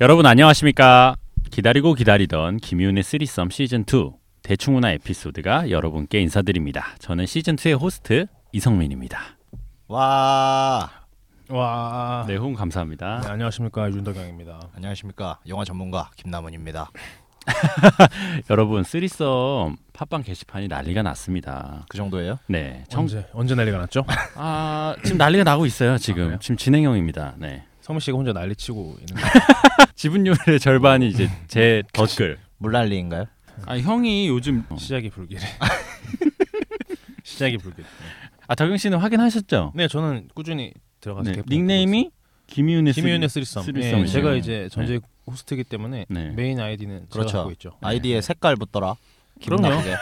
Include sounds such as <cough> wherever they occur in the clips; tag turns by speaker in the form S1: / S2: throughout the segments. S1: 여러분 안녕하십니까? 기다리고 기다리던 김윤의 쓰리썸 시즌 2 대충 문화 에피소드가 여러분께 인사드립니다. 저는 시즌 2의 호스트 이성민입니다.
S2: 와
S3: 와.
S1: 네, 호응 감사합니다.
S3: 네, 안녕하십니까 윤덕영입니다.
S2: 안녕하십니까 영화 전문가 김남은입니다.
S1: 여러분 쓰리썸 팟빵 게시판이 난리가 났습니다.
S2: 그 정도예요?
S1: 네, 정...
S3: 언제 언제 난리가 <laughs> 났죠?
S1: 아 지금 난리가 나고 있어요. 지금
S3: 그래요?
S1: 지금 진행형입니다. 네,
S3: 성민 씨가 혼자 난리치고 있는.
S1: 지분율의 절반이 이제 제 댓글.
S2: 물난리인가요?
S1: 아 형이 요즘
S3: <laughs> 시작이 불길해. <laughs> 시작이 불길해.
S1: 아 다경 씨는 확인하셨죠?
S3: 네, 저는 꾸준히 들어가서
S1: 네,
S3: 개봉 보고
S1: 닉네임이 김윤의
S3: 있어요. 김윤의 쓰리썸.
S1: 쓰리썸이네요.
S3: 네, 제가 이제 전직 호스트이기 때문에
S1: 네.
S3: 메인 아이디는
S2: 그렇죠.
S3: 제가 하고 있죠.
S2: 아이디에 색깔 붙더라. 기분
S3: 그럼요.
S2: 나쁘게.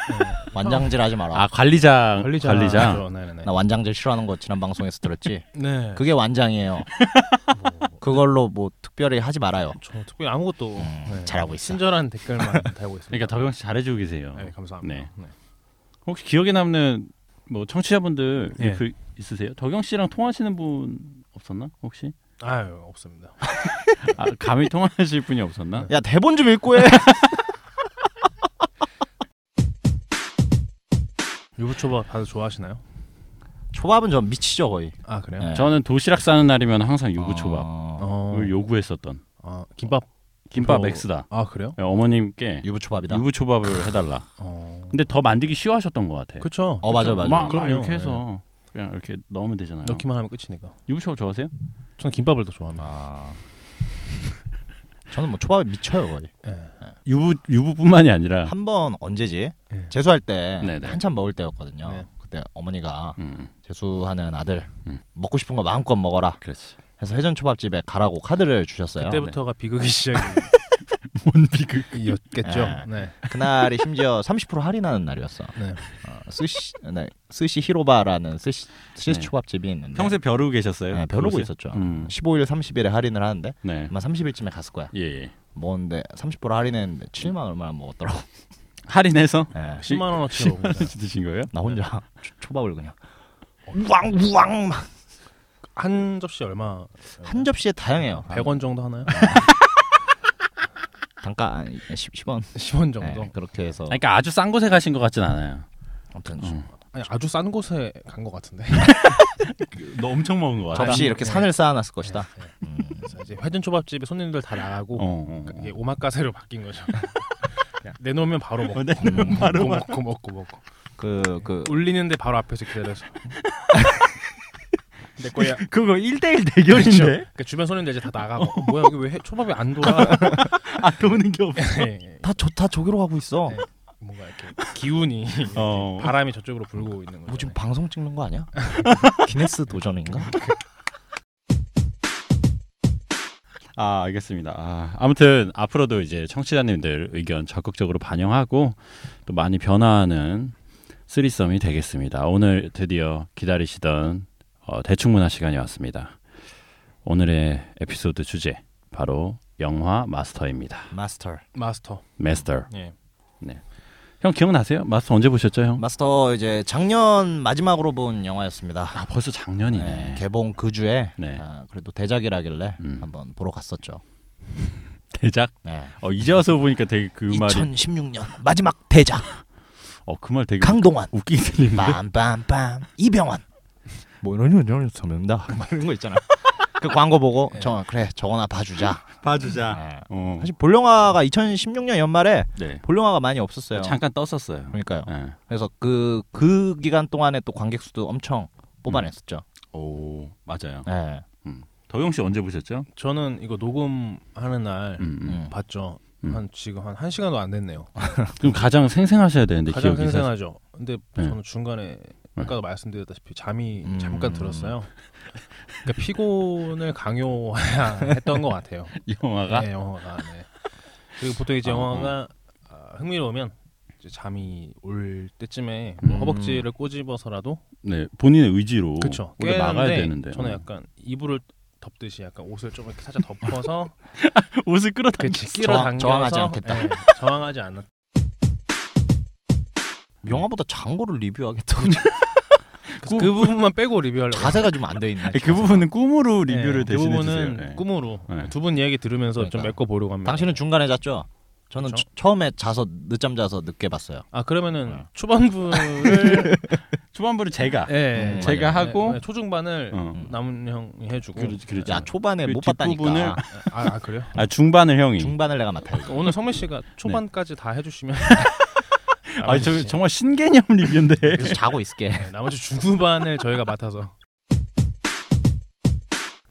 S2: 완장질하지 마라.
S1: 아 관리장
S3: 관리자.
S1: 관리장.
S3: 그런, 네, 네, 네.
S2: 나 완장질 싫어하는 거 지난 방송에서 들었지.
S3: 네.
S2: 그게 완장이에요. 그걸로 뭐 특별히 하지 말아요.
S3: 저 특별히 아무것도 네.
S2: 음, 잘하고 있어.
S3: 친절한 댓글만 달고 있습니다.
S1: 그러니까 덕영 씨 잘해주고 계세요.
S3: 네, 감사합니다.
S1: 네.
S3: 네.
S1: 혹시 기억에 남는 뭐 청취자분들
S3: 예.
S1: 리플 있으세요? 덕영 씨랑 통화하시는 분 없었나 혹시?
S3: 아유, 없습니다.
S1: 아, 감히 <laughs> 통화하실 분이 없었나?
S2: 야 대본 좀 읽고 해.
S3: 유부초밥 다들 좋아하시나요?
S2: 초밥은 좀 미치죠 거의.
S3: 아, 그래요?
S2: 네.
S1: 저는 도시락 싸는 날이면 항상 그 유부초밥을
S2: 어,
S3: 어.
S1: 요구했었던
S3: 아, 김밥.
S1: 김밥
S3: 또-
S1: 맥스다.
S3: 아, 그래요?
S1: 어머님께
S2: 유부초밥이다.
S1: 유부초밥을 해달라.
S3: 어.
S1: 근데 더 만들기 쉬워하셨던 것 같아.
S3: 그렇죠.
S2: 어, 맞아, 예. 맞아.
S1: 막, 막
S3: 그럼요. 네.
S1: 이렇게 해서 그냥 이렇게 넣으면 되잖아요.
S3: 넣기만 하면 끝이니까.
S1: 유부초밥 좋아하세요?
S3: 저는 김밥을 더 좋아합니다.
S2: 아. 저는 뭐 초밥에 미쳐요 거의.
S1: 유부 유부뿐만이 아니라
S2: 한 번 언제지?
S3: 네.
S2: 재수할 때
S1: 네네.
S2: 한참 먹을 때였거든요.
S3: 네.
S2: 그때 어머니가 <laughs>
S1: 음,
S2: 재수하는 아들
S1: 음.
S2: 먹고 싶은 거 마음껏 먹어라
S1: 그렇지.
S2: 해서 해전 초밥집에 가라고 카드를 주셨어요.
S3: 그때부터가 비극의
S1: 뭔 비극?
S2: 그
S3: 시작이었겠죠. 네.
S2: 그날이
S1: <laughs>
S2: 심지어 30% 할인하는 날이었어.
S3: 네.
S2: 어, 스시 네, 스시 히로바라는 스시 스시
S1: 네.
S2: 초밥집이 있는데
S1: 평소에 벼르고 계셨어요?
S2: 네, 벼르고 있었죠.
S1: 음.
S2: 15일 30일에 할인을 하는데
S1: 네.
S2: 아마 30일쯤에 갔을 거야.
S1: 예, 예.
S2: 먹었는데 30% 할인했는데 7만 얼마나 먹었더라고.
S1: 할인해서
S2: 네.
S3: 10만 원어치 먹은 거잖아요.
S1: 드신 거예요?
S2: 나 혼자
S1: 네.
S2: 초- 초밥을 그냥 우왕 우왕 막
S3: 한 접시 얼마?
S2: 한 접시에 다양해요.
S3: 100원 정도 하나요? <laughs>
S2: 단가 아니, 10, 10원
S3: 10원 정도.
S2: 네, 그렇게 해서
S1: 그 아니, 음. 그러니까 아주 싼 곳에 가신 것 같진 않아요.
S2: 아무튼
S3: 아니, 아주 싼 곳에 간 것 같은데.
S1: 너 엄청 먹은 거 같아.
S2: 접시
S3: 네.
S2: 이렇게 산을 쌓아놨을 것이다.
S1: 네.
S3: 그래서 이제 회전 초밥집에 손님들 다 나가고
S1: 어, 어,
S3: 이게 오마카세로 바뀐 <laughs> 거죠. 그냥 어, 내놓으면 바로
S1: 어, 네.
S3: 먹고
S2: 음,
S3: 바로 먹고 먹고 먹고
S2: 그, 그
S3: 울리는데 바로 앞에서 기다려서 <laughs> 내 거야.
S1: 그거 1대1
S2: 그렇죠.
S3: 그 주변 손님들 이제 다 나가고 어, 뭐야 여기 왜 해- 초밥이 안 돌아?
S1: <laughs>
S3: <laughs>
S1: 아, 도는 게 없어.
S3: 예, 예.
S2: 다 좋다 저기로 가고 있어.
S3: 네. 뭔가 이렇게 기운이
S1: 어.
S3: 바람이 저쪽으로 불고 있는 거죠. 예.
S2: 뭐 지금 방송 찍는 거
S1: <laughs>
S2: 아니야? 기네스 도전인가?
S1: 아, 알겠습니다. 아, 아무튼 앞으로도 이제 청취자님들 의견 적극적으로 반영하고 또 많이 변화하는 쓰리썸이 되겠습니다. 오늘 드디어 기다리시던 어, 대충 문화 시간이 왔습니다. 오늘의 에피소드 주제 바로 영화 <laughs> 마스터입니다.
S2: 마스터.
S3: 마스터.
S1: 마스터.
S3: 예.
S1: 형 기억나세요? 마스터 언제 보셨죠, 형?
S2: 마스터 이제 작년 마지막으로 본 영화였습니다.
S1: 아, 벌써 작년이네.
S2: 네, 개봉 그 주에
S1: 네.
S2: 아, 그래도 대작이라길래
S1: 음.
S2: 한번 보러 갔었죠.
S1: 대작.
S2: 네.
S1: 어 이제 와서 보니까 되게 그 말이
S2: 2016년
S1: <laughs>
S2: 마지막 대작
S1: 어 그 말 되게
S2: 강동원
S1: 웃기게 들리는데.
S2: 빰빰빰 이병헌 뭐 이런 이런 <laughs> 저명다 이런 거 있잖아. 그 광고 보고 저 그래 저거나 봐주자.
S1: 네. 봐주자.
S2: 네.
S1: 어.
S2: 사실 볼 영화가 2016년 연말에
S1: 네.
S2: 볼 영화가 많이 없었어요.
S1: 잠깐 떴었어요.
S2: 그러니까요.
S1: 예.
S2: 그래서 그 그 기간 동안에 또 관객 수도 엄청 뽑아냈었죠.
S1: 오 맞아요.
S2: 네.
S1: 덕영 씨 언제 보셨죠?
S3: 저는 이거 녹음하는 날
S1: 음, 음.
S2: 음.
S3: 봤죠.
S1: 음.
S3: 한 지금 한1 시간도 안 됐네요.
S1: 그럼 가장 생생하셔야 되는데
S3: 가장
S1: 네, 기억이 사실- 네.
S3: 생생하죠. 근데 저는 중간에 아까도 말씀드렸다시피 잠이
S2: 음.
S3: 잠깐 들었어요. 그러니까 피곤을 강요해야 했던 것 같아요.
S1: 이 영화가
S3: 네, 영화가. 네. <laughs> 그리고 보통 이제
S1: 아,
S3: 영화가 아, 흥미로우면 이제 잠이 올 때쯤에 뭐
S1: 음.
S3: 허벅지를 꼬집어서라도
S1: 네 본인의 의지로
S3: 그쵸.
S1: 원래 막아야 되는데
S3: 저는
S1: 어.
S3: 약간 이불을 덮듯이 약간 옷을 좀 이렇게 살짝
S1: <laughs>
S3: 덮어서
S1: 옷을 끌어당겨.
S3: 그치 끼로
S2: 저항-
S3: 당겨서
S2: 저항하지 않겠다.
S3: 예, 저항하지
S1: 음.
S3: 않았.
S2: 영화보다 장고를 리뷰하겠다고
S1: 꿈-
S3: 그 부분만 빼고 리뷰하려고.
S2: <laughs> 자세가 좀 안 돼 있네.
S1: 그 부분은 꿈으로
S3: 네,
S1: 리뷰를
S3: 그
S1: 대신해 주세요.
S3: 부분은
S1: 네.
S3: 꿈으로
S1: 네.
S3: 두 분 이야기 들으면서 좀
S2: 그러니까.
S3: 메꿔 보려고 합니다.
S2: 당신은 중간에 잤죠? 저는
S3: 그렇죠.
S2: 처- 처음에 자서 늦잠 자서 늦게 봤어요.
S3: 아 그러면은
S2: 네.
S1: <laughs>
S3: 초반부를
S1: 초반부를 제가
S3: 예,
S2: 음,
S1: 제가 하고
S3: 네, 초중반을
S1: 어.
S3: 남은 형 해주고
S1: 그렇죠, 그렇죠.
S2: 야 초반에
S1: 그
S2: 못 봤다니까.
S1: 뒷부분을-
S3: 아, 아, 그래요?
S1: 아 중반을 형이.
S2: 중반을 내가 맡아야 돼.
S3: 오늘 성민 씨가 초반까지 다 해주시면
S1: <laughs> 아 저,
S3: 나머지-
S1: 정말 신개념 리뷰인데. <laughs>
S2: 그래서 자고 있을게.
S3: 네, 나머지 중후반을 저희가 맡아서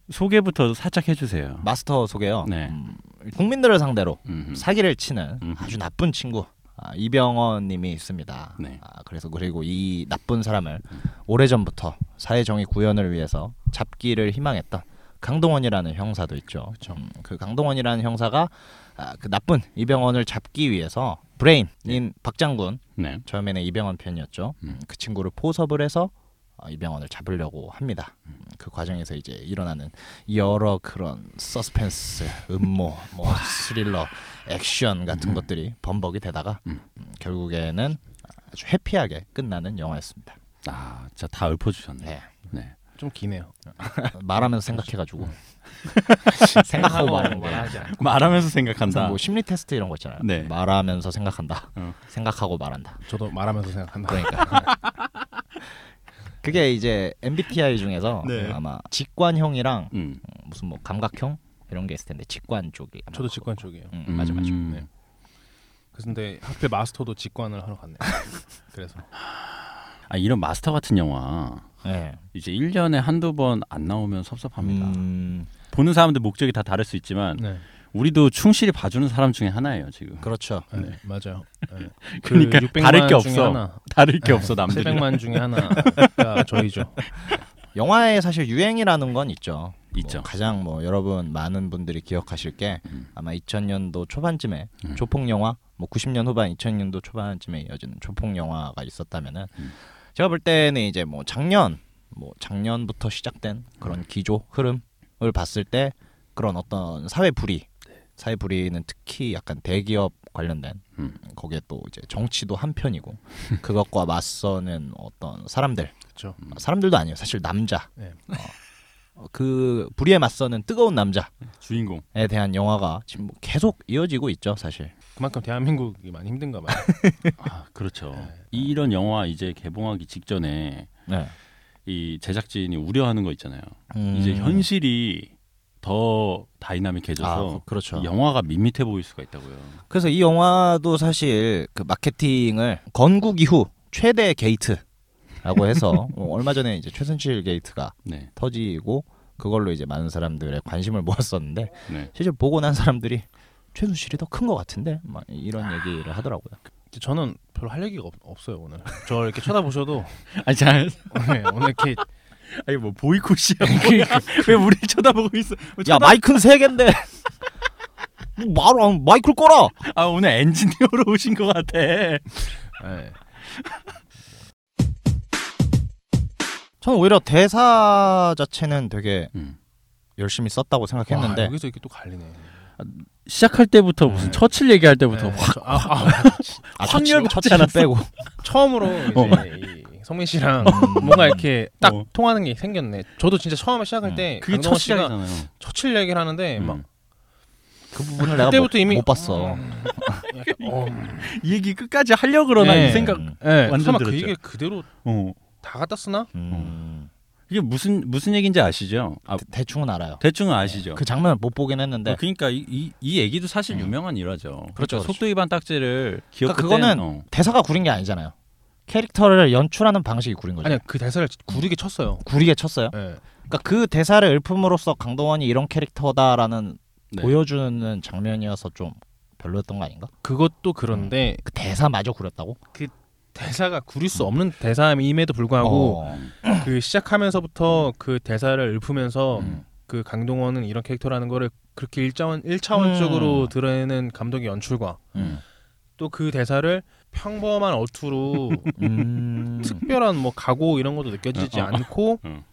S1: 소개부터 살짝 해주세요.
S2: 마스터 소개요.
S1: 네.
S2: 음, 국민들을 상대로
S1: 음.
S2: 사기를 치는
S1: 음.
S2: 아주 나쁜 친구 아, 이병헌님이 있습니다.
S1: 네.
S2: 아, 그래서 그리고 이 나쁜 사람을 오래 전부터 사회 정의 구현을 위해서 잡기를 희망했던 강동원이라는 형사도 있죠. 음, 그 강동원이라는 형사가 아, 그 나쁜 이병헌을 잡기 위해서 브레인인 박장군
S1: 네.
S2: 처음에는 이병헌 편이었죠.
S1: 음.
S2: 그 친구를 포섭을 해서 어, 이병헌을 잡으려고 합니다. 그 과정에서 이제 일어나는 여러 그런 서스펜스, 음모, 뭐 스릴러, 액션 같은 것들이 범벅이 되다가
S1: 음.
S2: 음, 결국에는 아주 해피하게 끝나는 영화였습니다.
S1: 아 진짜 다 읊어주셨네.
S2: 네.
S1: 네.
S3: 좀 기네요.
S2: 말하면서 <laughs> 생각해가지고 생각하고 말하는 거야.
S3: 말하지 않고.
S1: 말하면서 생각한다.
S2: 뭐 심리 테스트 이런 거 있잖아요.
S1: 네.
S2: 말하면서 생각한다.
S1: 어.
S2: 생각하고 말한다.
S3: 저도 말하면서 생각한다.
S2: 그러니까. <laughs> 그게 이제 MBTI 중에서
S1: 네.
S2: 아마 직관형이랑
S1: 음.
S2: 무슨 뭐 감각형 이런 게 있을 텐데 직관 쪽이 아마
S3: 저도 직관 쪽이에요.
S2: 응, 맞아 맞아.
S1: 음.
S3: 네. 그래서 근데 학교 마스터도 직관을 하러 갔네요. 그래서
S1: 아 이런 마스터 같은 영화
S2: 네.
S1: 이제 1년에 한두 번 안 나오면 섭섭합니다.
S2: 음,
S1: 보는 사람들 목적이 다 다를 수 있지만
S3: 네,
S1: 우리도 충실히 봐주는 사람 중에 하나예요 지금. <laughs>
S2: 그렇죠.
S3: 네, 맞아요. 네.
S1: 그러니까
S3: 600만
S1: 다를 게
S3: 중에
S1: 없어.
S3: 하나,
S1: 다를
S2: 네.
S1: 게 없어 남들이.
S3: 700만 중에 하나가 저희죠.
S2: 영화에 사실 유행이라는 건 있죠.
S1: <laughs> 있죠.
S2: 뭐 가장 뭐 여러분 많은 분들이 기억하실 게 아마 2000년도 초반쯤에
S1: 음.
S2: 조폭 영화 뭐 90년 후반 2000년도 초반쯤에 이어지는 조폭 영화가 있었다면은
S1: 음.
S2: 제가 볼 때는 이제 뭐 작년 뭐 작년부터 시작된
S1: 음.
S2: 그런 기조 흐름을 봤을 때 그런 어떤 사회 불이 사회 불이는 특히 약간 대기업 관련된
S1: 음.
S2: 거기에 또 이제 정치도 한 편이고 그것과 맞서는 어떤 사람들
S3: 그렇죠.
S2: 어, 사람들도 아니에요. 사실 남자.
S3: 네.
S2: 어, 그 불의에 맞서는 뜨거운 남자에
S1: 주인공.
S2: 대한 영화가 지금 뭐 계속 이어지고 있죠, 사실.
S3: 그만큼 대한민국이 많이 힘든가 봐요.
S1: 아 그렇죠. 이런 영화 이제 개봉하기 직전에
S2: 네.
S1: 이 제작진이 우려하는 거 있잖아요.
S2: 음.
S1: 이제 현실이 더
S2: 아,
S1: 다이나믹해져서
S2: 그- 그렇죠.
S1: 영화가 밋밋해 보일 수가 있다고요.
S2: 그래서 이 영화도 사실 그 마케팅을 건국 이후 최대
S1: <laughs>
S2: 게이트라고 해서 어, 얼마 전에 이제 최순실 게이트가
S1: 네,
S2: 터지고 그걸로 이제 많은 사람들의 관심을 모았었는데
S1: 네.
S2: 실제 보고 난 사람들이 최순실이 더 큰 것 같은데 막 이런 얘기를 하더라고요.
S3: 저는 별로 할 얘기가 없, 없어요 오늘. 저 이렇게 쳐다보셔도
S1: 아니 잘,
S3: 네, 오늘 이렇게
S1: 아니 뭐 보이콧이야. 뭐야. <laughs> 왜 우리 쳐다보고 있어? 뭐
S2: 야
S1: 쳐다-
S2: 마이크는
S1: <laughs>
S2: 세 개인데 뭐 말안 마이크를 꺼라.
S1: 아 오늘 엔지니어로 오신 것 같아.
S3: 네.
S2: 저는 오히려 대사 자체는 되게
S1: 음.
S2: 열심히 썼다고
S3: 와,
S2: 생각했는데
S3: 여기서 이렇게 또 갈리네.
S1: 시작할 때부터 무슨
S3: 네.
S1: 처칠 얘기할 때부터
S3: 네,
S1: 확
S3: 저- 아, 아,
S2: 아,
S1: 확률
S2: 첫
S1: 받지
S2: 째는
S1: 않았어?
S2: 빼고 <laughs>
S3: 처음으로 이제
S1: 어.
S3: 이 성민 씨랑 뭔가 이렇게 딱
S1: 어.
S3: 통하는 게 생겼네. 저도 진짜 처음에
S2: 음.
S3: 시작할 때
S1: 그게 첫
S3: 강동원 씨가
S1: 시작이잖아요.
S3: 처칠 얘기를 하는데 막
S1: 음.
S2: 그 부분을 내가 못,
S3: 그때부터 이미- 음.
S2: 못 봤어. 음.
S3: 약간 어,
S1: 이 얘기 끝까지 하려 그러나
S3: 네.
S1: 이 생각.
S2: 음.
S3: 네,
S1: 네. 완전
S3: 설마 그
S1: 들었죠.
S3: 얘기 그대로
S1: 어.
S3: 다 갖다 쓰나?
S2: 음.
S1: 이게 무슨 무슨 얘기인지 아시죠? 아,
S2: 대- 대충은 알아요.
S1: 대충은 아시죠.
S2: 그 장면을 못 보긴 했는데
S1: 아, 그러니까 이, 이, 이 얘기도 사실
S2: 음.
S1: 유명한 일화죠. 그러니까
S2: 그렇죠, 그렇죠.
S1: 속도 위반 딱지를 기억
S2: 그러니까 그거는
S1: 어.
S2: 대사가 구린 게 아니잖아요. 캐릭터를 연출하는 방식이 구린
S1: 네.
S2: 거죠.
S3: 아니 그 대사를 구르게 쳤어요.
S2: 구리게 쳤어요.
S3: 네.
S2: 그러니까 그 대사를 읊음으로써 강동원이 이런 캐릭터다라는
S1: 네.
S2: 보여주는 장면이어서 좀 별로였던 거 아닌가?
S3: 그것도 그런데
S1: 음.
S2: 그 대사마저 구렸다고?
S3: 대사가 구릴 수 없는 대사임에도 불구하고
S2: 어.
S3: 그 시작하면서부터 그 대사를 읊으면서
S1: 음.
S3: 그 강동원은 이런 캐릭터라는 거를 그렇게 일차원 일차원적으로
S2: 음.
S3: 드러내는 감독의 연출과
S2: 음.
S3: 또 그 대사를 평범한 어투로
S1: <laughs>
S2: 음.
S3: <laughs> 특별한 뭐 각오 이런 것도 느껴지지
S1: 어, 어, 어. <laughs>
S3: 않고
S1: 음.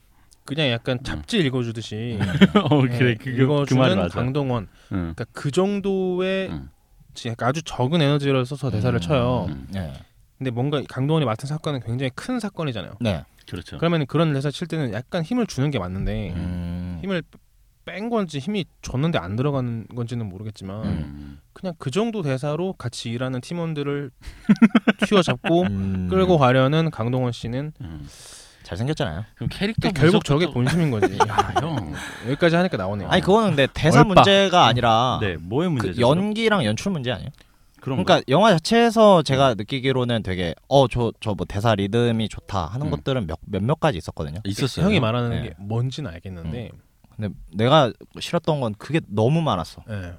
S3: 그냥 약간 잡지 읽어주듯이
S1: <laughs> 어,
S3: 예,
S1: 그래 그거 그 말이
S3: 읽어주는
S1: 맞아. 음.
S3: 강동원
S1: 응.
S3: 그러니까 그 정도의
S1: 음.
S3: 지- 약간 아주 적은 에너지를 써서 대사를
S2: 음.
S3: 쳐요.
S1: 음.
S2: 예.
S3: 근데 뭔가 강동원이 맡은 사건은 굉장히 큰 사건이잖아요.
S2: 네.
S1: 그렇죠.
S3: 그러면 그런 회사 칠 때는 약간 힘을 주는 게 맞는데
S2: 음.
S3: 힘을 뺀 건지 힘이 줬는데 안 들어가는 건지는 모르겠지만
S1: 음.
S3: 그냥 그 정도 대사로 같이 일하는 팀원들을 <laughs> 휘어잡고
S2: 음.
S3: 끌고 가려는 강동원 씨는
S1: 음.
S2: 잘생겼잖아요.
S1: 그럼 캐릭터
S3: 결국
S1: 분석도-
S3: 저게 본심인 거지.
S1: <laughs> 야, 형.
S3: 여기까지 하니까 나오네요.
S2: 아니 그거는 근데 대사
S1: 얼빠.
S2: 문제가 아니라
S1: 네, 뭐의
S2: 그
S1: 문제죠? 그럼?
S2: 연기랑 연출 문제 아니에요?
S1: 그런
S2: 그러니까 영화 자체에서
S1: 음.
S2: 제가 느끼기로는 되게 어 저 저 뭐 대사 리듬이 좋다 하는
S1: 음.
S2: 것들은 몇 몇몇 가지 있었거든요.
S1: 거. 있었어요.
S3: 형이 말하는
S2: 네. 음.
S3: 게 뭔지는 알겠는데
S2: 근데 내가 싫었던 건 그게 너무 많았어.
S3: 예.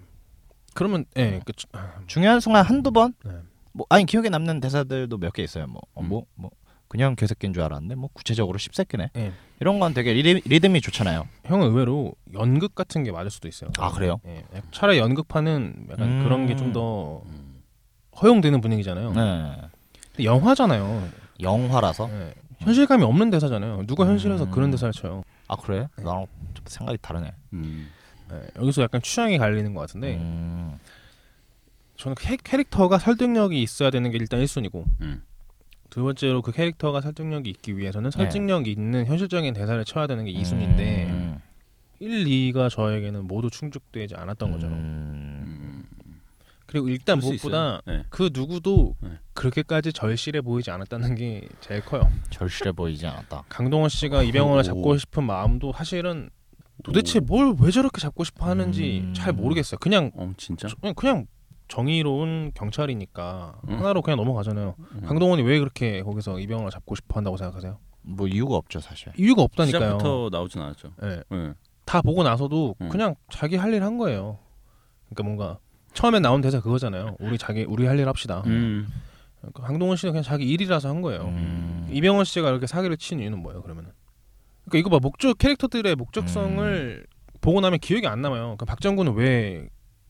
S3: 그러면 예, 그, 주- 아,
S2: 중요한 순간 한두 번?
S3: 네.
S2: 뭐 아니 기억에 남는 대사들도 몇 개 있어요. 뭐 어,
S1: 음.
S2: 뭐, 뭐 그냥 개새끼인 줄 알았는데 뭐 구체적으로 십새끼네.
S3: 예.
S2: 이런 건 되게 리듬, 리듬이 좋잖아요.
S3: 형은 의외로 연극 같은 게 맞을 수도 있어요.
S2: 아 그래요?
S3: 예, 약- 차라리 연극판은 약간
S2: 음.
S3: 그런 게 좀 더
S1: 음.
S3: 허용되는 분위기잖아요.
S2: 네.
S3: 근데 영화잖아요.
S2: 영화라서
S3: 예, 현실감이 없는 대사잖아요. 누가 현실에서
S2: 음.
S3: 그런 대사를 쳐요?
S2: 아 그래?
S3: 네.
S2: 나랑 좀 생각이 다르네.
S1: 음.
S3: 예, 여기서 약간 취향이 갈리는 것 같은데
S2: 음.
S3: 저는 캐, 캐릭터가 설득력이 있어야 되는 게 일단 1순위고
S1: 음.
S3: 두 번째로 그 캐릭터가 설득력이 있기 위해서는
S2: 네.
S3: 설득력 이 있는 현실적인 대사를 쳐야 되는 게 2순위인데
S2: 음.
S3: 1, 2가 저에게는 모두 충족되지 않았던 거죠.
S2: 음.
S1: 음.
S3: 그리고 일단
S1: 그럴 수
S3: 무엇보다
S1: 있어요. 네.
S3: 그 누구도
S1: 네.
S3: 그렇게까지 절실해 보이지 않았다는 게 제일 커요.
S2: 절실해 보이지 않았다.
S3: 강동원 씨가 이병헌을
S1: 오.
S3: 잡고 싶은 마음도 사실은 도대체 뭘 왜 저렇게 잡고 싶어 하는지
S2: 음.
S3: 잘 모르겠어요. 그냥
S1: 어, 진짜?
S3: 그냥, 그냥 정의로운 경찰이니까
S1: 음.
S3: 하나로 그냥 넘어가잖아요.
S1: 음.
S3: 강동원이 왜 그렇게 거기서 이병헌을 잡고 싶어 한다고 생각하세요?
S2: 뭐 이유가 없죠 사실.
S3: 이유가 없다니까요.
S1: 시작부터 나오진 않았죠.
S3: 예,
S1: 네.
S3: 다 보고 나서도
S1: 음.
S3: 그냥 자기 할 일 한 거예요. 그러니까 뭔가 처음에 나온 대사 그거잖아요. 우리 자기 우리 할 일 합시다.
S1: 음.
S3: 그러니까 강동원 씨는 그냥 자기 일이라서 한 거예요.
S2: 음.
S3: 이병헌 씨가 이렇게 사기를 친 이유는 뭐예요? 그러면은 그러니까 이거 봐 목적 캐릭터들의
S1: 음.
S3: 목적성을 보고 나면 기억이 안 남아요. 그러니까 박정구는 왜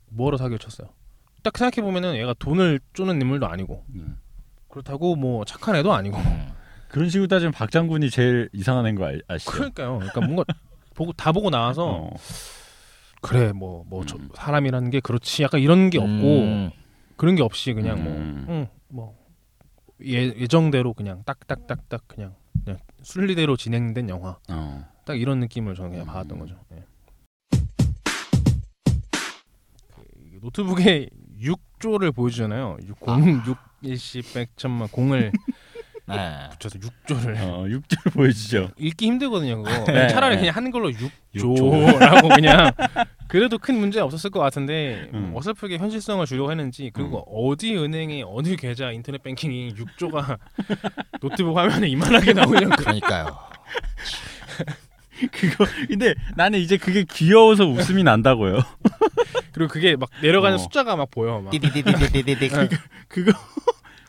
S3: 뭐하러 사기를 쳤어요? 딱 생각해 보면은 얘가 돈을 쪼는 인물도 아니고
S1: 음.
S3: 그렇다고 뭐 착한
S1: <laughs>
S3: 애도 아니고
S2: 음.
S1: 그런 식으로 따지면 박장군이 제일 이상한 애인 거 아, 아시죠?
S3: 그러니까요. 그러니까 뭔가 보고 다 보고 나와서
S1: <laughs> 어.
S3: 그래 뭐 뭐
S1: 음.
S3: 사람이라는 게 그렇지 약간 이런 게 없고
S2: 음.
S3: 그런 게 없이 그냥
S1: 음.
S3: 뭐, 응, 뭐 예, 예정대로 그냥 딱딱딱딱 그냥, 그냥 순리대로 진행된 영화
S1: 어.
S3: 딱 이런 느낌을 저는 그냥 받았던
S1: 음.
S3: 거죠. 예. 그 이게 노트북에 <laughs> 6조를 보여주잖아요. 6, 0, 6, 1시, 100, 천만, 0을
S2: 네.
S3: 붙여서 6조를
S1: 어, 육조를 보여주죠. <laughs>
S3: 읽기 힘들거든요. <laughs> 그거
S1: 네,
S3: 차라리
S1: 네.
S3: 그냥 하는 걸로 6
S1: 육조.
S3: 조라고 그냥 <laughs> 그래도 큰 문제 없었을 것 같은데
S1: 음.
S3: 어설프게 현실성을 주려고 했는지 그리고 어디 은행에 어느 계좌 인터넷 뱅킹이 6조가 <laughs> 노트북 화면에 이만하게 <laughs> 나오냐
S2: 그러니까요.
S1: 그거 근데 나는 이제 그게 귀여워서 웃음이 난다고요.
S3: 그리고 그게 막 내려가는
S1: 어.
S3: 숫자가 막 보여 막
S2: 띠디디디디디디.
S3: 그러니까.
S1: 그거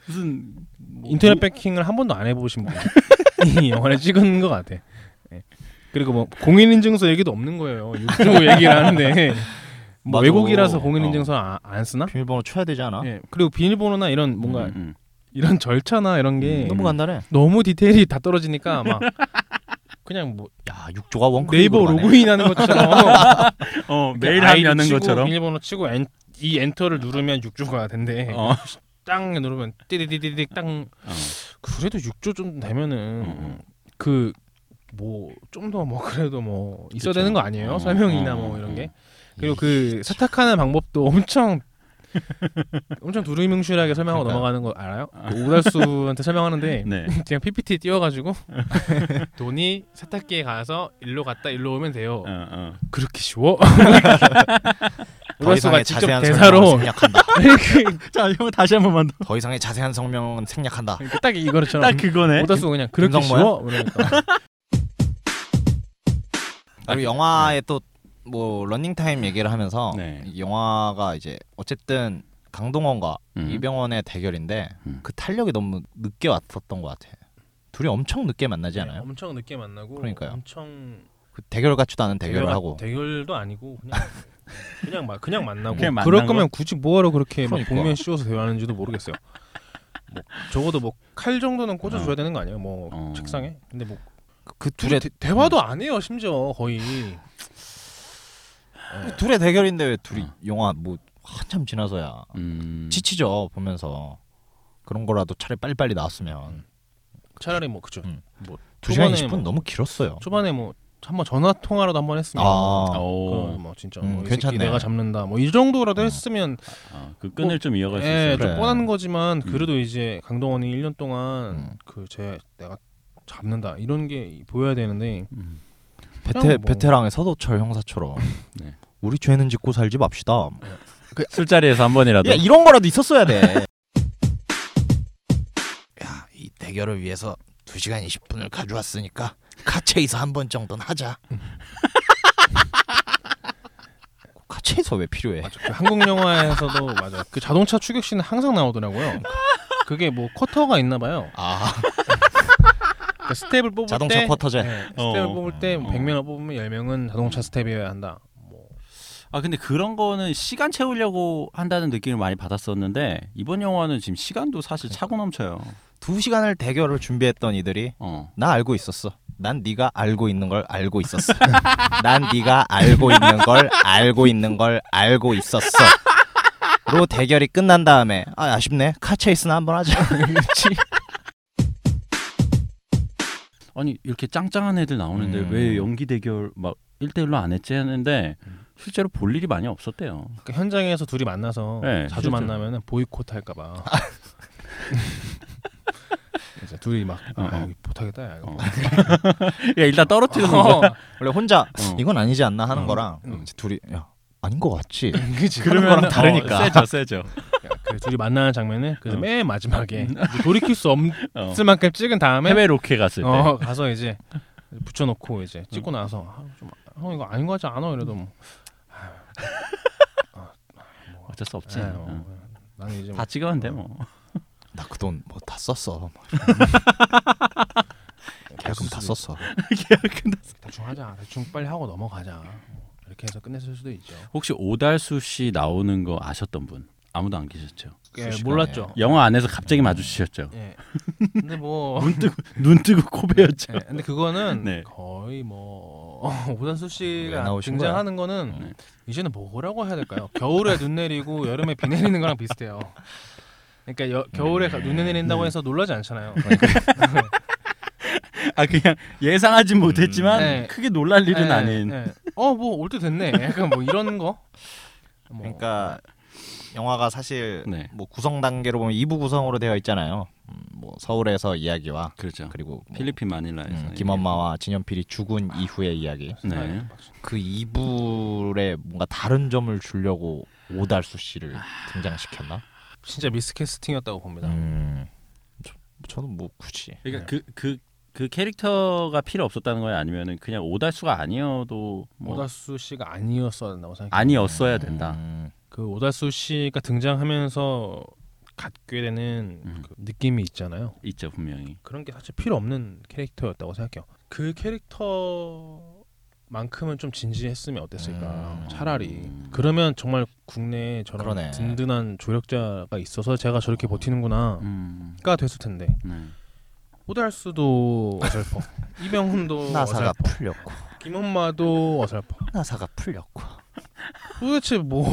S1: 무슨 뭐-
S3: 인터넷 뱅킹을 한 번도 안 해보신 <laughs> 분이 이 영화를 찍은 것 같아 예. 그리고 뭐 공인인증서 얘기도 없는 거예요 6조 얘기를 <laughs> 하는데 뭐
S2: 맞아.
S3: 외국이라서 공인인증서 안, 안 쓰나?
S2: 비밀번호 쳐야 되지 않아?
S3: 어. 예. 그리고 비밀번호나 이런 뭔가
S1: 음, 음.
S3: 이런 절차나 이런 게
S2: 음, 너무 간단해.
S3: 너무 디테일이 다 떨어지니까 막 그냥 뭐
S2: 야, 6조가 원클릭.
S3: 네이버 로그인 하는 것처럼
S1: 어 메일 하면은
S3: 치고
S1: 것처럼
S3: 비밀번호 치고 엔, 이 엔터를 누르면 6조가 된대
S1: 어.
S3: 땅 누르면 띠디디디디 땅
S1: 어.
S3: 그래도 6조 좀 되면은
S1: 음,
S3: 그 뭐 좀 더 뭐 그래도 뭐 있어야
S1: 그쵸.
S3: 되는 거 아니에요
S1: 어,
S3: 설명이나
S1: 어,
S3: 뭐
S1: 어.
S3: 이런 게 그리고 그 세탁하는 방법도 엄청 엄청 두루뭉실하게 설명하고
S2: 그러니까요.
S3: 넘어가는 거 알아요? 그 오달수한테 설명하는데
S1: 네.
S3: 그냥 PPT
S2: <laughs>
S3: 띄워가지고
S2: 네.
S3: 돈이 세탁기에 가서 일로 갔다 일로 오면 돼요.
S1: 어,
S2: 네.
S1: 어.
S2: <laughs>
S3: 그렇게 쉬워? <laughs>
S2: 더 이상의
S3: 오달수가 직접
S2: 자세한
S3: 대사로
S2: 설명은 생략한다.
S3: <laughs>
S1: 자, 형 다시 한 번만
S2: 더 이상의 자세한 설명은 생략한다.
S3: 이렇게 그러니까 딱 이거처럼
S1: 더딱 그거네.
S3: 오달수 그냥 그렇게
S2: 김성모야?
S3: 쉬워?
S2: <laughs>
S3: 그러니까.
S2: 그리고 영화에
S3: 네.
S2: 또 뭐 런닝 타임 얘기를 하면서
S1: 네.
S2: 이 영화가 이제 어쨌든 강동원과
S1: 음.
S2: 이병헌의 대결인데
S1: 음.
S2: 그 탄력이 너무 늦게 왔었던 것 같아. 둘이 엄청 늦게 만나지
S3: 네.
S2: 않아요?
S3: 엄청 늦게 만나고
S2: 그러니까요.
S3: 엄청
S2: 그 대결 같지도 않은 대결을
S3: 대결-
S2: 하고.
S3: 대결도 아니고
S2: <laughs>
S3: 그냥 그냥 막 그냥 만나고
S1: 그냥 만난
S3: 그럴 거면 굳이 뭐하러 그렇게 막
S2: 그러니까.
S3: 복면 씌워서 대화하는지도 모르겠어요. 뭐 적어도 뭐 칼 정도는 꽂아줘야 되는 거 아니에요? 뭐
S1: 어.
S3: 책상에 근데 뭐
S2: 그- 그
S3: 둘이
S2: 둘의
S3: 대, 대화도 안 해요 심지어 거의
S2: 그 둘의 대결인데 왜 둘이
S1: 어.
S2: 영화 뭐 한참 지나서야
S1: 음.
S2: 지치죠 보면서 그런 거라도 차라리 빨리빨리 나왔으면
S3: 차라리 뭐 그죠.
S2: 음.
S3: 뭐
S2: 2시간
S3: 초반에
S2: 20분
S3: 뭐-
S2: 너무 길었어요.
S3: 초반에 뭐 한번 전화 통화라도 한번 했으면
S2: 아,
S1: 오,
S3: 그건 뭐 진짜
S2: 음,
S3: 뭐이
S2: 괜찮네.
S3: 새끼 내가 잡는다 뭐 이 정도라도
S2: 어.
S3: 했으면
S1: 아, 그 끈을 좀 이어갈 수
S3: 예,
S1: 있어요.
S2: 그래.
S3: 좀 뻔한 거지만 그래도 이제 강동원이 1년 동안
S2: 음.
S3: 그 제 내가 잡는다 이런 게 보여야 되는데
S1: 음.
S2: 베테
S3: 그냥 뭐-
S2: 베테랑의 서도철 형사처럼
S1: 네.
S2: 우리 죄는 짓고 살지 맙시다.
S1: 술자리에서 한 번이라도
S2: 야 그러니까 이런 거라도 있었어야 돼. <laughs> 야 이 대결을 위해서 2시간 20분을 가져왔으니까 카체이서 한 번 정도는 하자. <laughs> 카체이서 왜 필요해?
S3: 맞아. 그 한국
S2: <laughs>
S3: 영화에서도 맞아. 그 자동차 추격씬은 항상 나오더라고요. 그게 뭐 쿼터가 있나 봐요.
S2: 아
S3: 그러니까 스텝을 뽑을
S2: 자동차
S3: 때
S2: 쿼터제.
S3: 예, 스텝을
S1: 어.
S3: 뽑을 때 100명을 뽑으면 10명은 자동차 스텝이어야 한다. 뭐
S1: 아 근데 그런 거는 시간 채우려고 한다는 느낌을 많이 받았었는데 이번 영화는 지금 시간도 사실 차고 넘쳐요.
S2: 두 시간을 대결을 준비했던 이들이
S1: 어.
S2: 나 알고 있었어. 난 네가 알고 있는 걸 알고 <laughs> 있었어. 난 네가 알고 있는 걸 알고 있는 걸 알고 있었어. 로 대결이 끝난 다음에 아 아쉽네 카체이스나 한번 하자.
S1: 아니 이렇게 짱짱한 애들 나오는데
S2: 음.
S1: 왜 연기 대결 막 1대1로 안 했지 했는데 실제로 볼 일이 많이 없었대요.
S3: 그러니까 현장에서 둘이 만나서
S1: 네, 아.
S3: 자주
S1: 실제.
S3: 만나면 보이콧 할까봐. <laughs> 이제 둘이 막
S1: 어,
S3: 아,
S1: 어.
S3: 여기 못하겠다. 야, 이거.
S1: 어. <laughs> 야 일단 떨어뜨리는 <laughs>
S3: 어,
S1: 거.
S2: 원래 혼자
S1: 어.
S2: 이건 아니지 않나 하는
S3: 어.
S2: 거랑
S3: 음.
S2: 이제 둘이 야 아닌 거 같지.
S3: 그치.
S2: 그러면 거랑 다르니까.
S1: 어, 세죠 세죠.
S3: 야, 그 둘이 만나는 장면을 그래서
S1: 어.
S3: 맨 마지막에 이제 돌이킬 수 없을
S1: 어.
S3: 만큼 찍은 다음에
S1: 해외 로케 갔을 때. 음.
S3: 어, 가서 이제 붙여놓고 이제 찍고 나서 아, 좀, 형 이거 아닌 거 같지 않아? 이래도 뭐,
S1: 어쩔 수 없지.
S3: 에,
S1: 어.
S3: 뭐, 나는 이제
S1: 다
S3: 뭐,
S1: 찍었는데 뭐.
S2: 나 그 돈 뭐 다 썼어. 막. 계약금 다 썼어.
S3: 대충 하자, 대충 빨리 하고 넘어가자. 뭐, 이렇게 해서 끝냈을 수도 있죠.
S1: 혹시 오달수 씨 나오는 거 아셨던 분 아무도 안 계셨죠?
S3: 예,
S2: 수시간에.
S3: 몰랐죠.
S1: 영화 안에서 갑자기 마주치셨죠?
S3: 예. 근데
S1: 어?
S3: 뭐,
S1: 눈 뜨고 코 베었죠.
S3: 예, 근데 그거는
S1: 네.
S3: 거의 뭐 <laughs> 오단수
S2: 왜
S3: 씨가
S2: 나오신
S3: 등장하는 거는
S1: 네.
S3: 이제는 뭐라고 해야 될까요? 겨울에 눈 내리고 <laughs> 여름에 비 내리는 거랑 비슷해요. 그러니까 여- 겨울에 가- 눈이 내린다고 해서 놀라지 않잖아요.
S1: 아 그냥 예상하진 못했지만
S3: 네.
S1: 크게 놀랄 일은
S3: 예,
S1: 아닌.
S3: 예. 어, 뭐 올 때 됐네. <laughs> 약간 뭐 이런 거. 뭐,
S2: 그러니까 영화가 사실
S1: 네.
S2: 뭐 구성 단계로 보면 2부 구성으로 되어 있잖아요. 음, 뭐 서울에서 이야기와
S1: 그렇죠.
S2: 그리고
S3: 네.
S2: 뭐
S1: 필리핀 마닐라에서
S2: 음, 김엄마와 진현필이 죽은 이후의 이야기.
S1: 네.
S2: 그 2부에 뭔가 다른 점을 주려고 오달수 씨를 등장시켰나?
S3: 아, 진짜 미스캐스팅이었다고 봅니다.
S2: 음. 저, 저는 뭐 굳이.
S1: 그러니까
S3: 네.
S1: 그 그 그 캐릭터가 필요 없었다는 거예요. 아니면은 그냥 오달수가 아니어도 뭐
S3: 오달수 씨가 아니었어야 된다고 생각해요.
S1: 아니었어야 된다.
S2: 음.
S3: 그 오달수 씨가 등장하면서 갖게 되는
S1: 음.
S3: 그 느낌이 있잖아요.
S1: 있죠 분명히.
S3: 그런 게 사실 필요 없는 캐릭터였다고 생각해요. 그 캐릭터만큼은 좀 진지했으면 어땠을까.
S2: 음.
S3: 차라리
S1: 음.
S3: 그러면 정말 국내에 저런
S2: 그러네.
S3: 든든한 조력자가 있어서 제가 저렇게 버티는구나가
S1: 음.
S3: 됐을 텐데.
S1: 네.
S3: 호달수도
S2: <laughs>
S3: 어설퍼. 이병훈도
S2: 나사가
S3: 어설퍼.
S2: 풀렸고
S3: 김엄마도 어설퍼.
S2: 나사가 풀렸고
S3: 도대체 뭐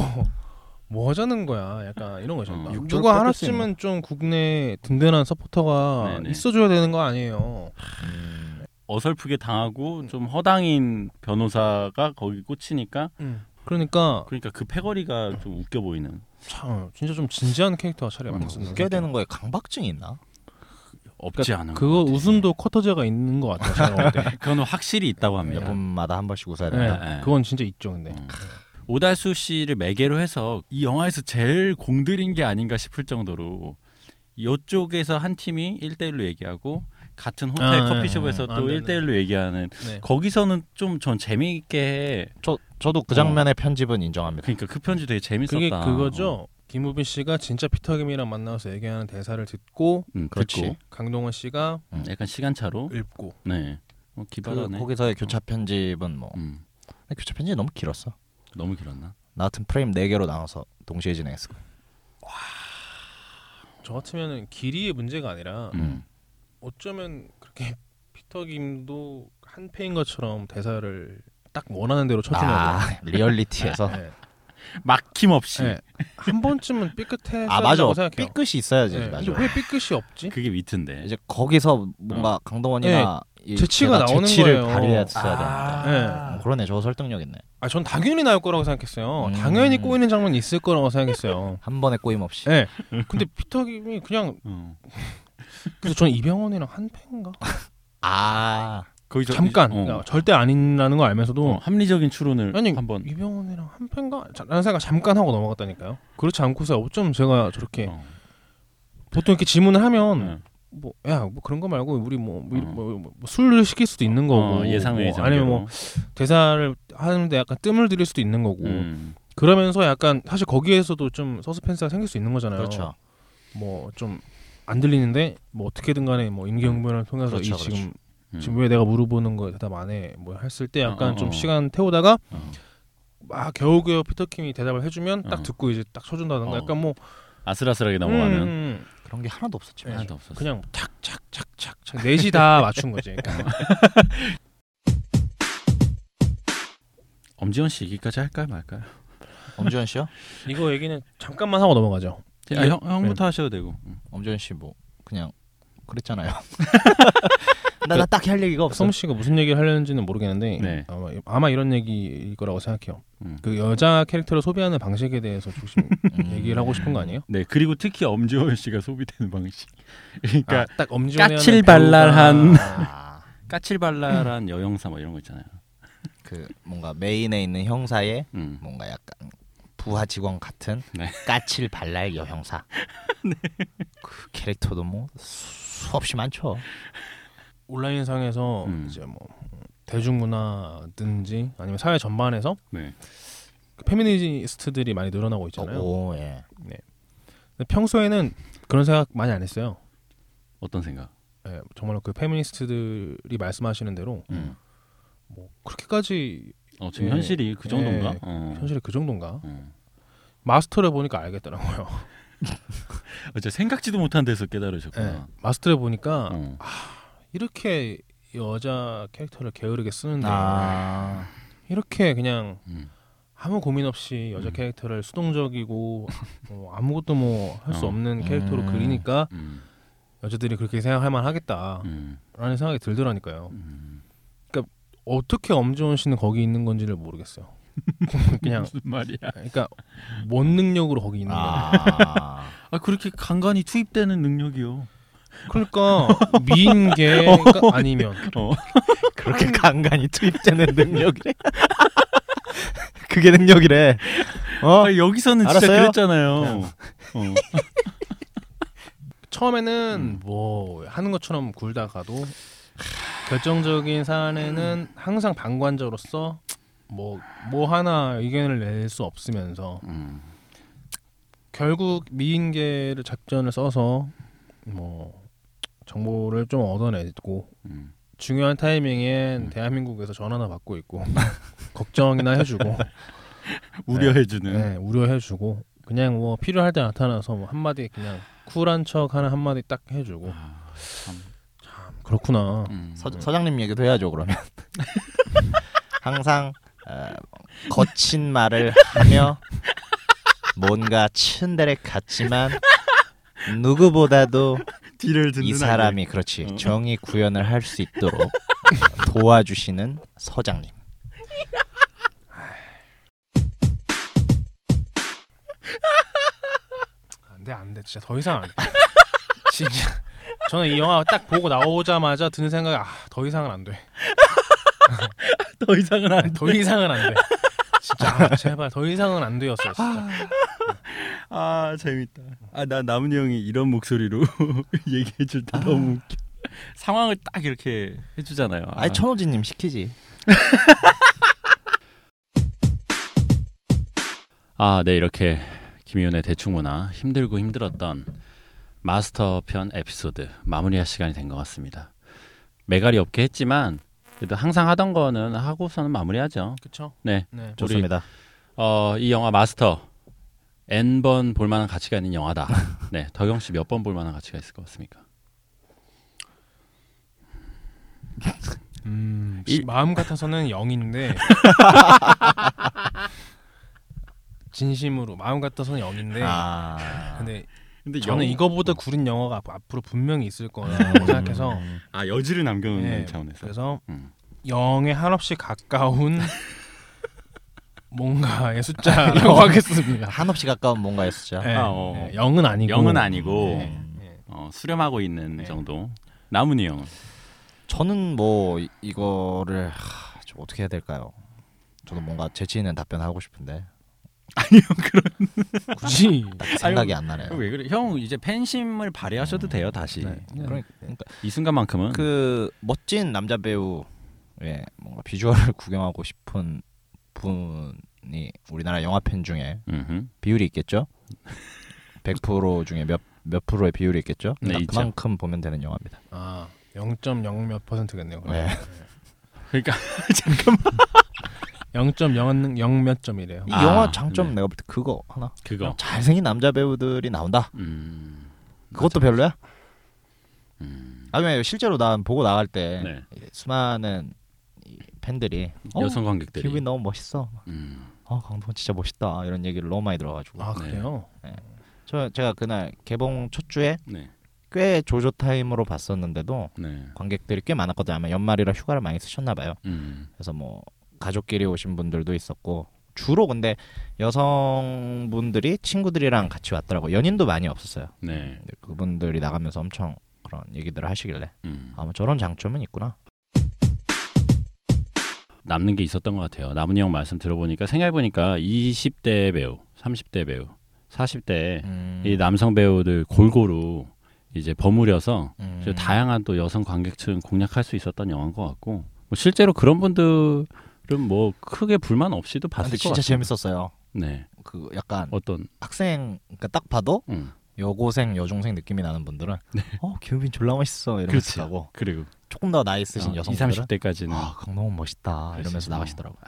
S3: 뭐 하자는 거야? 약간 이런 거죠.
S1: 어.
S3: 그러니까
S2: 음. 육조를
S3: 누가
S2: 뺏길 수 있는
S3: 하나쯤은 좀 국내 든든한 서포터가
S1: 네네.
S3: 있어줘야 되는 거 아니에요? 음.
S1: 어설프게 당하고 좀 허당인 변호사가 거기 꽂히니까
S2: 음.
S3: 그러니까
S1: 그러니까 그 패거리가 좀 웃겨 보이는
S3: 참 진짜 좀 진지한 캐릭터가 차라리
S1: 음,
S3: 많았으면
S2: 웃겨야 되는 거에 강박증이 있나?
S1: 없지 않은 그,
S3: 그러니까 그거 웃음도 쿼터제가 있는 것 같아요. 제가 볼 때.
S2: <laughs>
S1: 그건 확실히 있다고 합니다.
S2: 몇분마다 한 번씩 웃어야 된다.
S1: 네, 네.
S3: 네, 그건 진짜 있죠, 근데.
S1: 음. 오달수 씨를 매개로 해서 이 영화에서 제일 공들인 게 아닌가 싶을 정도로 이쪽에서 한 팀이 1대1로 얘기하고 같은 호텔
S3: 아,
S1: 커피숍에서
S3: 아, 아,
S1: 또
S3: 네,
S1: 1대1로 얘기하는
S3: 네.
S1: 거기서는 좀 전 재미있게 해.
S2: 저 저도 그
S3: 어.
S2: 장면의 편집은 인정합니다.
S1: 그러니까 그 편지 되게 재밌었다.
S3: 그게
S2: 어.
S3: 그거죠. 김우빈 씨가 진짜 피터김이랑 만나서 얘기하는 대사를 듣고
S1: 음,
S2: 그렇지.
S1: 듣고.
S3: 강동원 씨가
S1: 음, 약간
S2: 어?
S1: 시간차로.
S3: 읊고
S1: 네. 어,
S2: 그,
S1: 기발하네.
S2: 거기서의 교차 편집은 뭐
S1: 음,
S2: 교차 편집이 너무 길었어.
S1: 너무 길었나?
S2: 나 같은 프레임 4 개로 나눠서 동시에 진행했어.
S3: 저 같으면은 길이의 문제가 아니라
S1: 음.
S3: 어쩌면 그렇게 피터 김도 한패인 것처럼 대사를 딱 원하는 대로 쳐주면
S2: 아 리얼리티에서
S3: 네.
S1: 막힘없이
S3: 네. 한 번쯤은 삐끗해
S2: 아 맞아.
S3: 생각해요.
S2: 삐끗이 있어야지.
S3: 네.
S2: 맞아.
S3: 근데 왜 삐끗이 없지?
S1: 그게 위트인데
S2: 이제 거기서 뭔가 강동원이나 이
S3: 어. 네. 재치가
S2: 제가
S3: 나오는
S2: 재치를
S3: 거예요.
S2: 발휘했어야
S4: 아,
S2: 됩니다. 어, 그러네. 저 설득력 있네.
S3: 아, 전 당연히 나올 거라고 생각했어요.
S2: 음.
S3: 당연히 꼬이는 장면 이 있을 거라고
S1: <laughs>
S3: 생각했어요.
S2: 한 번에 꼬임 없이.
S3: 예. 네. 근데 피터 김이 그냥
S1: 어.
S3: 그래서 저는 이병헌이랑 한패인가
S2: 아
S1: 거기서
S3: 잠깐
S1: 어.
S3: 야, 절대 아니라는 걸
S1: 어,
S3: 알면서도
S1: 합리적인 추론을
S3: 아니
S1: 한번
S3: 이병헌이랑 한패인가 라는 생각 잠깐 하고 넘어갔다니까요. 그렇지 않고서 어쩜 제가 저렇게
S1: 어.
S3: 보통 이렇게 질문을 하면
S1: 네.
S3: 뭐 야 뭐 그런 거 말고 우리 뭐, 뭐,
S1: 어.
S3: 뭐, 뭐, 뭐 술을 시킬 수도 있는 거고
S1: 어, 예상 외의
S3: 뭐, 아니면 뭐 대사를 하는데 약간 뜸을 들일 수도 있는
S1: 음,
S3: 거고 그러면서 약간 사실 거기에서도 좀 서스펜스가 생길 수 있는 거잖아요.
S2: 그렇죠.
S3: 뭐 좀 안 들리는데 뭐 어떻게든 간에 뭐
S1: 음.
S3: 임기응변을 통해서
S2: 그렇죠,
S3: 이 지금
S2: 그렇죠.
S3: 지금 왜 내가 물어보는 거 대답 안해뭐 했을 때 약간
S1: 어, 어,
S3: 좀
S1: 어.
S3: 시간 태우다가
S1: 어.
S3: 막 겨우겨우 피터킴이 대답을 해주면 딱
S1: 어.
S3: 듣고 이제 딱 쳐준다던가
S1: 어.
S3: 약간 뭐
S1: 아슬아슬하게
S3: 음,
S1: 넘어가는
S3: 음,
S2: 그런 게 하나도 없었죠.
S3: 네.
S1: 하나도 없었어.
S3: 그냥 착착착착착
S1: <laughs>
S3: 넷이 다 맞춘 거지. 그러니까.
S1: 엄지원 씨 얘기까지 할까요, 말까요?
S2: 엄지원 씨요?
S3: 이거 얘기는 잠깐만 하고 넘어가죠.
S1: 아, 형 형부터 하셔도 되고.
S2: 엄지원 씨 뭐 그냥 그랬잖아요. <laughs> 나, 나 딱히 할 얘기가 없어.
S3: 성우 씨가 무슨 얘기를 하려는지는 모르겠는데
S1: 네.
S3: 아마, 아마 이런 얘기일 거라고 생각해요.
S1: 음.
S3: 그 여자 캐릭터를 소비하는 방식에 대해서
S1: <laughs>
S3: 조금
S2: 음.
S3: 얘기를 하고 싶은 거 아니에요?
S1: 네, 그리고 특히 엄지원 씨가 소비되는 방식. 그러니까
S3: 아, 딱 엄지원이
S1: 까칠발랄한-
S2: 아,
S1: 까칠발랄한 여형사 뭐 이런 거 있잖아요.
S2: 그 뭔가 메인에 있는 형사의
S1: 음.
S2: 뭔가 약간 부하 직원 같은
S1: 네.
S2: 까칠 발랄 여형사. 그 캐릭터도 뭐 수없이 많죠.
S3: 온라인상에서
S1: 음.
S3: 이제 뭐 대중문화든지 아니면 사회 전반에서
S1: 네.
S3: 그 페미니스트들이 많이 늘어나고 있잖아요.
S2: 오 예.
S3: 근데 평소에는 그런 생각 많이 안 했어요.
S1: 어떤 생각?
S3: 예, 정말로 그 페미니스트들이 말씀하시는 대로
S1: 음.
S3: 뭐 그렇게까지
S1: 어, 지금
S3: 예.
S1: 현실이 그 정도인가?
S3: 예.
S1: 어.
S3: 현실이 그 정도인가?
S1: 어.
S3: 마스터를 보니까 알겠더라고요.
S1: 어째 아, 생각지도 못한 데서
S3: 예,
S1: 깨달으셨구나.
S3: 마스터를 보니까
S1: 네. 어.
S3: 이렇게 여자 캐릭터를 게으르게 쓰는데
S2: 아
S3: 이렇게 그냥
S1: 음.
S3: 아무 고민 없이 여자
S1: 음.
S3: 캐릭터를 수동적이고 어, 아무것도 뭐 할 수
S1: 어.
S3: 없는 캐릭터로
S2: 음.
S3: 그리니까
S1: 음.
S3: 여자들이 그렇게 생각할 만하겠다라는
S1: 음.
S3: 생각이 들더라니까요.
S1: 음.
S3: 어떻게 엄지원 씨는 거기 있는 건지를 모르겠어요. <laughs> 그냥
S1: 무슨 말이야?
S3: 그러니까 뭔 능력으로 거기 있는 거야.
S2: 아.
S1: 아, 그렇게 간간히 투입되는 능력이요.
S3: 그러니까 미인 게가 그러니까 아니면
S2: 그렇게 간간히 투입되는 능력이래. <laughs> 그게 능력이래. 어?
S1: 아, 여기서는 진짜
S2: 알았어요?
S1: 그랬잖아요. 어.
S3: 처음에는 뭐 하는 것처럼 굴다가도 결정적인 사안에는 항상 방관자로서 뭐 뭐 하나 의견을 낼 수 없으면서
S1: <laughs> 음.
S3: 결국 미인계를 작전을 써서 뭐 정보를 좀 얻어내고
S1: 음.
S3: 중요한 타이밍엔 대한민국에서 전화나 받고 있고 <laughs> 걱정이나 해주고
S1: 우려해주는.
S3: <laughs> 네, 우려해주고 그냥 뭐 필요할 때 나타나서 뭐 한마디 그냥 쿨한 척 하는 한마디 딱 해주고
S1: 아,
S3: 그렇구나
S1: 음.
S2: 서, 서장님 얘기도 해야죠 그러면. <laughs> 항상 어, 거친 말을 하며 뭔가 츤데레 같지만 누구보다도
S1: 뒤를 듣는
S2: 이 사람이 그렇지
S1: 어.
S2: 정의 구현을 할 수 있도록 도와주시는 서장님.
S3: 안돼 안돼 진짜 더 이상 <laughs> 안돼 진짜 저는 이 영화 딱 보고 나오자마자 드는 생각이 아 더 이상은 안돼더
S1: 더 이상은 안
S3: 이상은 안돼 진짜 아, 제발 더 이상은 안 되었어요 진짜
S1: 아 재밌다. 아나 남은 형이 이런 목소리로 <laughs> 얘기해 줄 때 너무 웃겨. 아. 상황을 딱 이렇게 해주잖아요. 아,
S2: 아니 천호진님 시키지.
S1: 아, 네 이렇게 김희윤의 대충문화 힘들고 힘들었던 마스터 편 에피소드 마무리할 시간이 된 것 같습니다. 매갈이 없게 했지만 그래도 항상 하던 거는 하고서는 마무리하죠.
S3: 그쵸
S1: 네.
S3: 네
S2: 좋습니다.
S1: 어, 이 영화 마스터 n 번 볼만한 가치가 있는 영화다. 네, 덕영 씨 몇 번 볼만한 가치가 있을 것 같습니까?
S3: 음,
S1: 일- <laughs>
S3: 마음 같아서는 0인데 진심으로 마음 같아서는 영인데
S2: 아.
S3: 근데
S1: 근데
S3: 저는
S1: 영-
S3: 이거보다 구린 영화가 앞- 앞으로 분명히 있을 거라고
S2: 음.
S3: 생각해서
S1: 아 여지를 남겨놓는
S3: 예,
S1: 차원에서
S3: 그래서
S1: 음.
S3: 영에
S1: <laughs>
S3: 한없이 가까운 뭔가의 숫자라고 하겠습니다.
S2: 한없이 가까운 뭔가의 숫자.
S3: 예,
S1: 아, 어.
S3: 예, 영은 아니고
S1: 영은 아니고
S3: 예,
S2: 음, 네.
S3: 예.
S1: 어, 수렴하고 있는
S3: 네.
S1: 정도. 남은이 형은
S2: 저는 뭐 이- 이거를 하, 좀 어떻게 해야 될까요? 저도 뭔가 재치 있는 답변을 하고 싶은데
S3: 굳이
S2: 생각이 안 나네요.
S1: 아, 왜 그래? 형 이제 팬심을 발휘하셔도 돼요 다시
S3: 네.
S2: 그러니까, 그러니까
S1: 이 순간만큼은
S2: 그 멋진 남자 배우의 뭔가 비주얼을 구경하고 싶은 분이 우리나라 영화 팬 중에
S1: 음흠.
S2: 비율이 있겠죠? 100% 중에 몇, 몇 프로의 비율이 있겠죠?
S1: 네,
S2: 딱
S1: 있죠.
S2: 그만큼 보면 되는 영화입니다.
S3: 아 0.0몇 퍼센트겠네요.
S2: 네.
S1: 그러니까
S3: 0.0몇 점이래요.
S2: 이
S1: 아,
S2: 영화 장점
S1: 네.
S2: 내가 볼 때 그거 하나.
S1: 그거.
S2: 잘생긴 남자 배우들이 나온다.
S1: 음.
S2: 그것도 별로야?
S1: 음.
S2: 아니면 실제로 난 보고 나갈 때
S1: 네.
S2: 수많은 이 팬들이 어,
S1: 여성 관객들이.
S2: 기분이 너무 멋있어.
S1: 음.
S2: 어, 강동원 진짜 멋있다. 이런 얘기를 너무 많이 들어가지고.
S3: 아
S1: 네.
S3: 그래요?
S2: 저 제가 그날 개봉 첫 주에
S1: 네.
S2: 꽤 조조 타임으로 봤었는데도
S1: 네.
S2: 관객들이 꽤 많았거든요. 아마 연말이라 휴가를 많이 쓰셨나 봐요.
S1: 음.
S2: 그래서 뭐 가족끼리 오신 분들도 있었고 주로 근데 여성분들이 친구들이랑 같이 왔더라고. 연인도 많이 없었어요.
S1: 네.
S2: 근데 그분들이 나가면서 엄청 그런 얘기들을 하시길래
S1: 음.
S2: 아뭐 저런 장점은 있구나.
S1: 남는 게 있었던 것 같아요. 남은이 형 말씀 들어보니까 생각해 보니까 20대 배우, 30대 배우, 40대
S2: 음,
S1: 이 남성 배우들 골고루 이제 버무려서
S2: 음.
S1: 저 다양한 또 여성 관객층 공략할 수 있었던 영화인 것 같고 뭐 실제로 그런 분들은 뭐 크게 불만 없이도
S2: 아,
S1: 봤을
S2: 근데
S1: 것
S2: 진짜
S1: 같아요.
S2: 재밌었어요.
S1: 네,
S2: 그 약간
S1: 어떤
S2: 학생 그러니까 딱 봐도
S1: 음,
S2: 여고생 여중생 느낌이 나는 분들은 어 기우빈 졸라 멋있어
S1: 네. 그렇지.
S2: 이러면서 가고
S1: 그렇죠. 그리고
S2: 조금 더 나이 쓰신
S1: 어, 20,
S2: 여성분들은
S1: 30대까지는
S2: 아 강동원 멋있다
S1: 그렇지. 어. 아,
S2: 이러면서 나가시더라고요.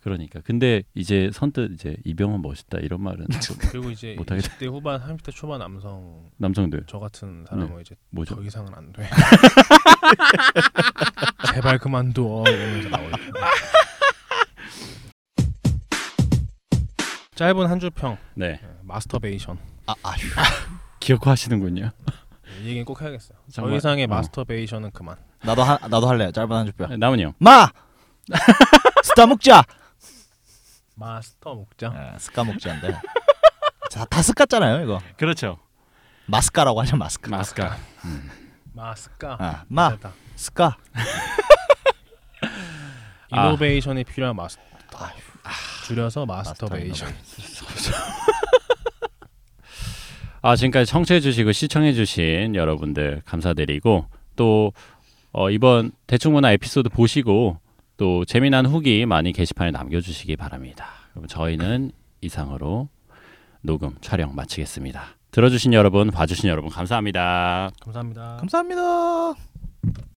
S1: 그러니까 근데 이제 선뜻 이제 이병헌 멋있다 이런
S2: <laughs>
S1: 말은 좀
S3: 그리고 이제
S1: 네. 못하겠다.
S3: 20대 후반 30대 초반 남성
S1: 남성들
S3: 저 같은 사람은
S1: 네.
S3: 이제
S1: 뭐죠?
S3: 더 이상은 안 돼. <laughs> 제발 그만둬. 이러면서
S1: <laughs>
S3: 나오죠. 짧은 한 줄 평.
S1: 네,
S3: 예, 마스터베이션.
S2: 아 아휴
S1: 기억하시는군요.
S3: 이 얘기는 꼭 해야겠어요.
S1: 정말,
S3: 더 이상의
S1: 어.
S3: 마스터베이션은 그만.
S2: 나도 하, 나도 할래요. 짧은 한 줄표.
S1: 남은이 형, <laughs>
S2: 마 스카 먹자.
S3: 마스터
S1: 네.
S3: 목장.
S2: 예, 스카 먹자인데 자, 다 스카잖아요 이거.
S1: 그렇죠.
S2: 마스카라고 하죠 마스카.
S1: 마스카.
S3: 마스카.
S2: 아, 마
S3: 괜찮다.
S2: 스카
S1: 아.
S3: 이노베이션이 필요한 마스터. 줄여서 마스터베이션.
S1: 아 지금까지 청취해주시고 시청해주신 여러분들 감사드리고 또 어, 이번 대충문화 에피소드 보시고 또 재미난 후기 많이 게시판에 남겨주시기 바랍니다. 그럼 저희는 이상으로 녹음 촬영 마치겠습니다. 들어주신 여러분, 봐주신 여러분 감사합니다.
S3: 감사합니다.
S2: 감사합니다.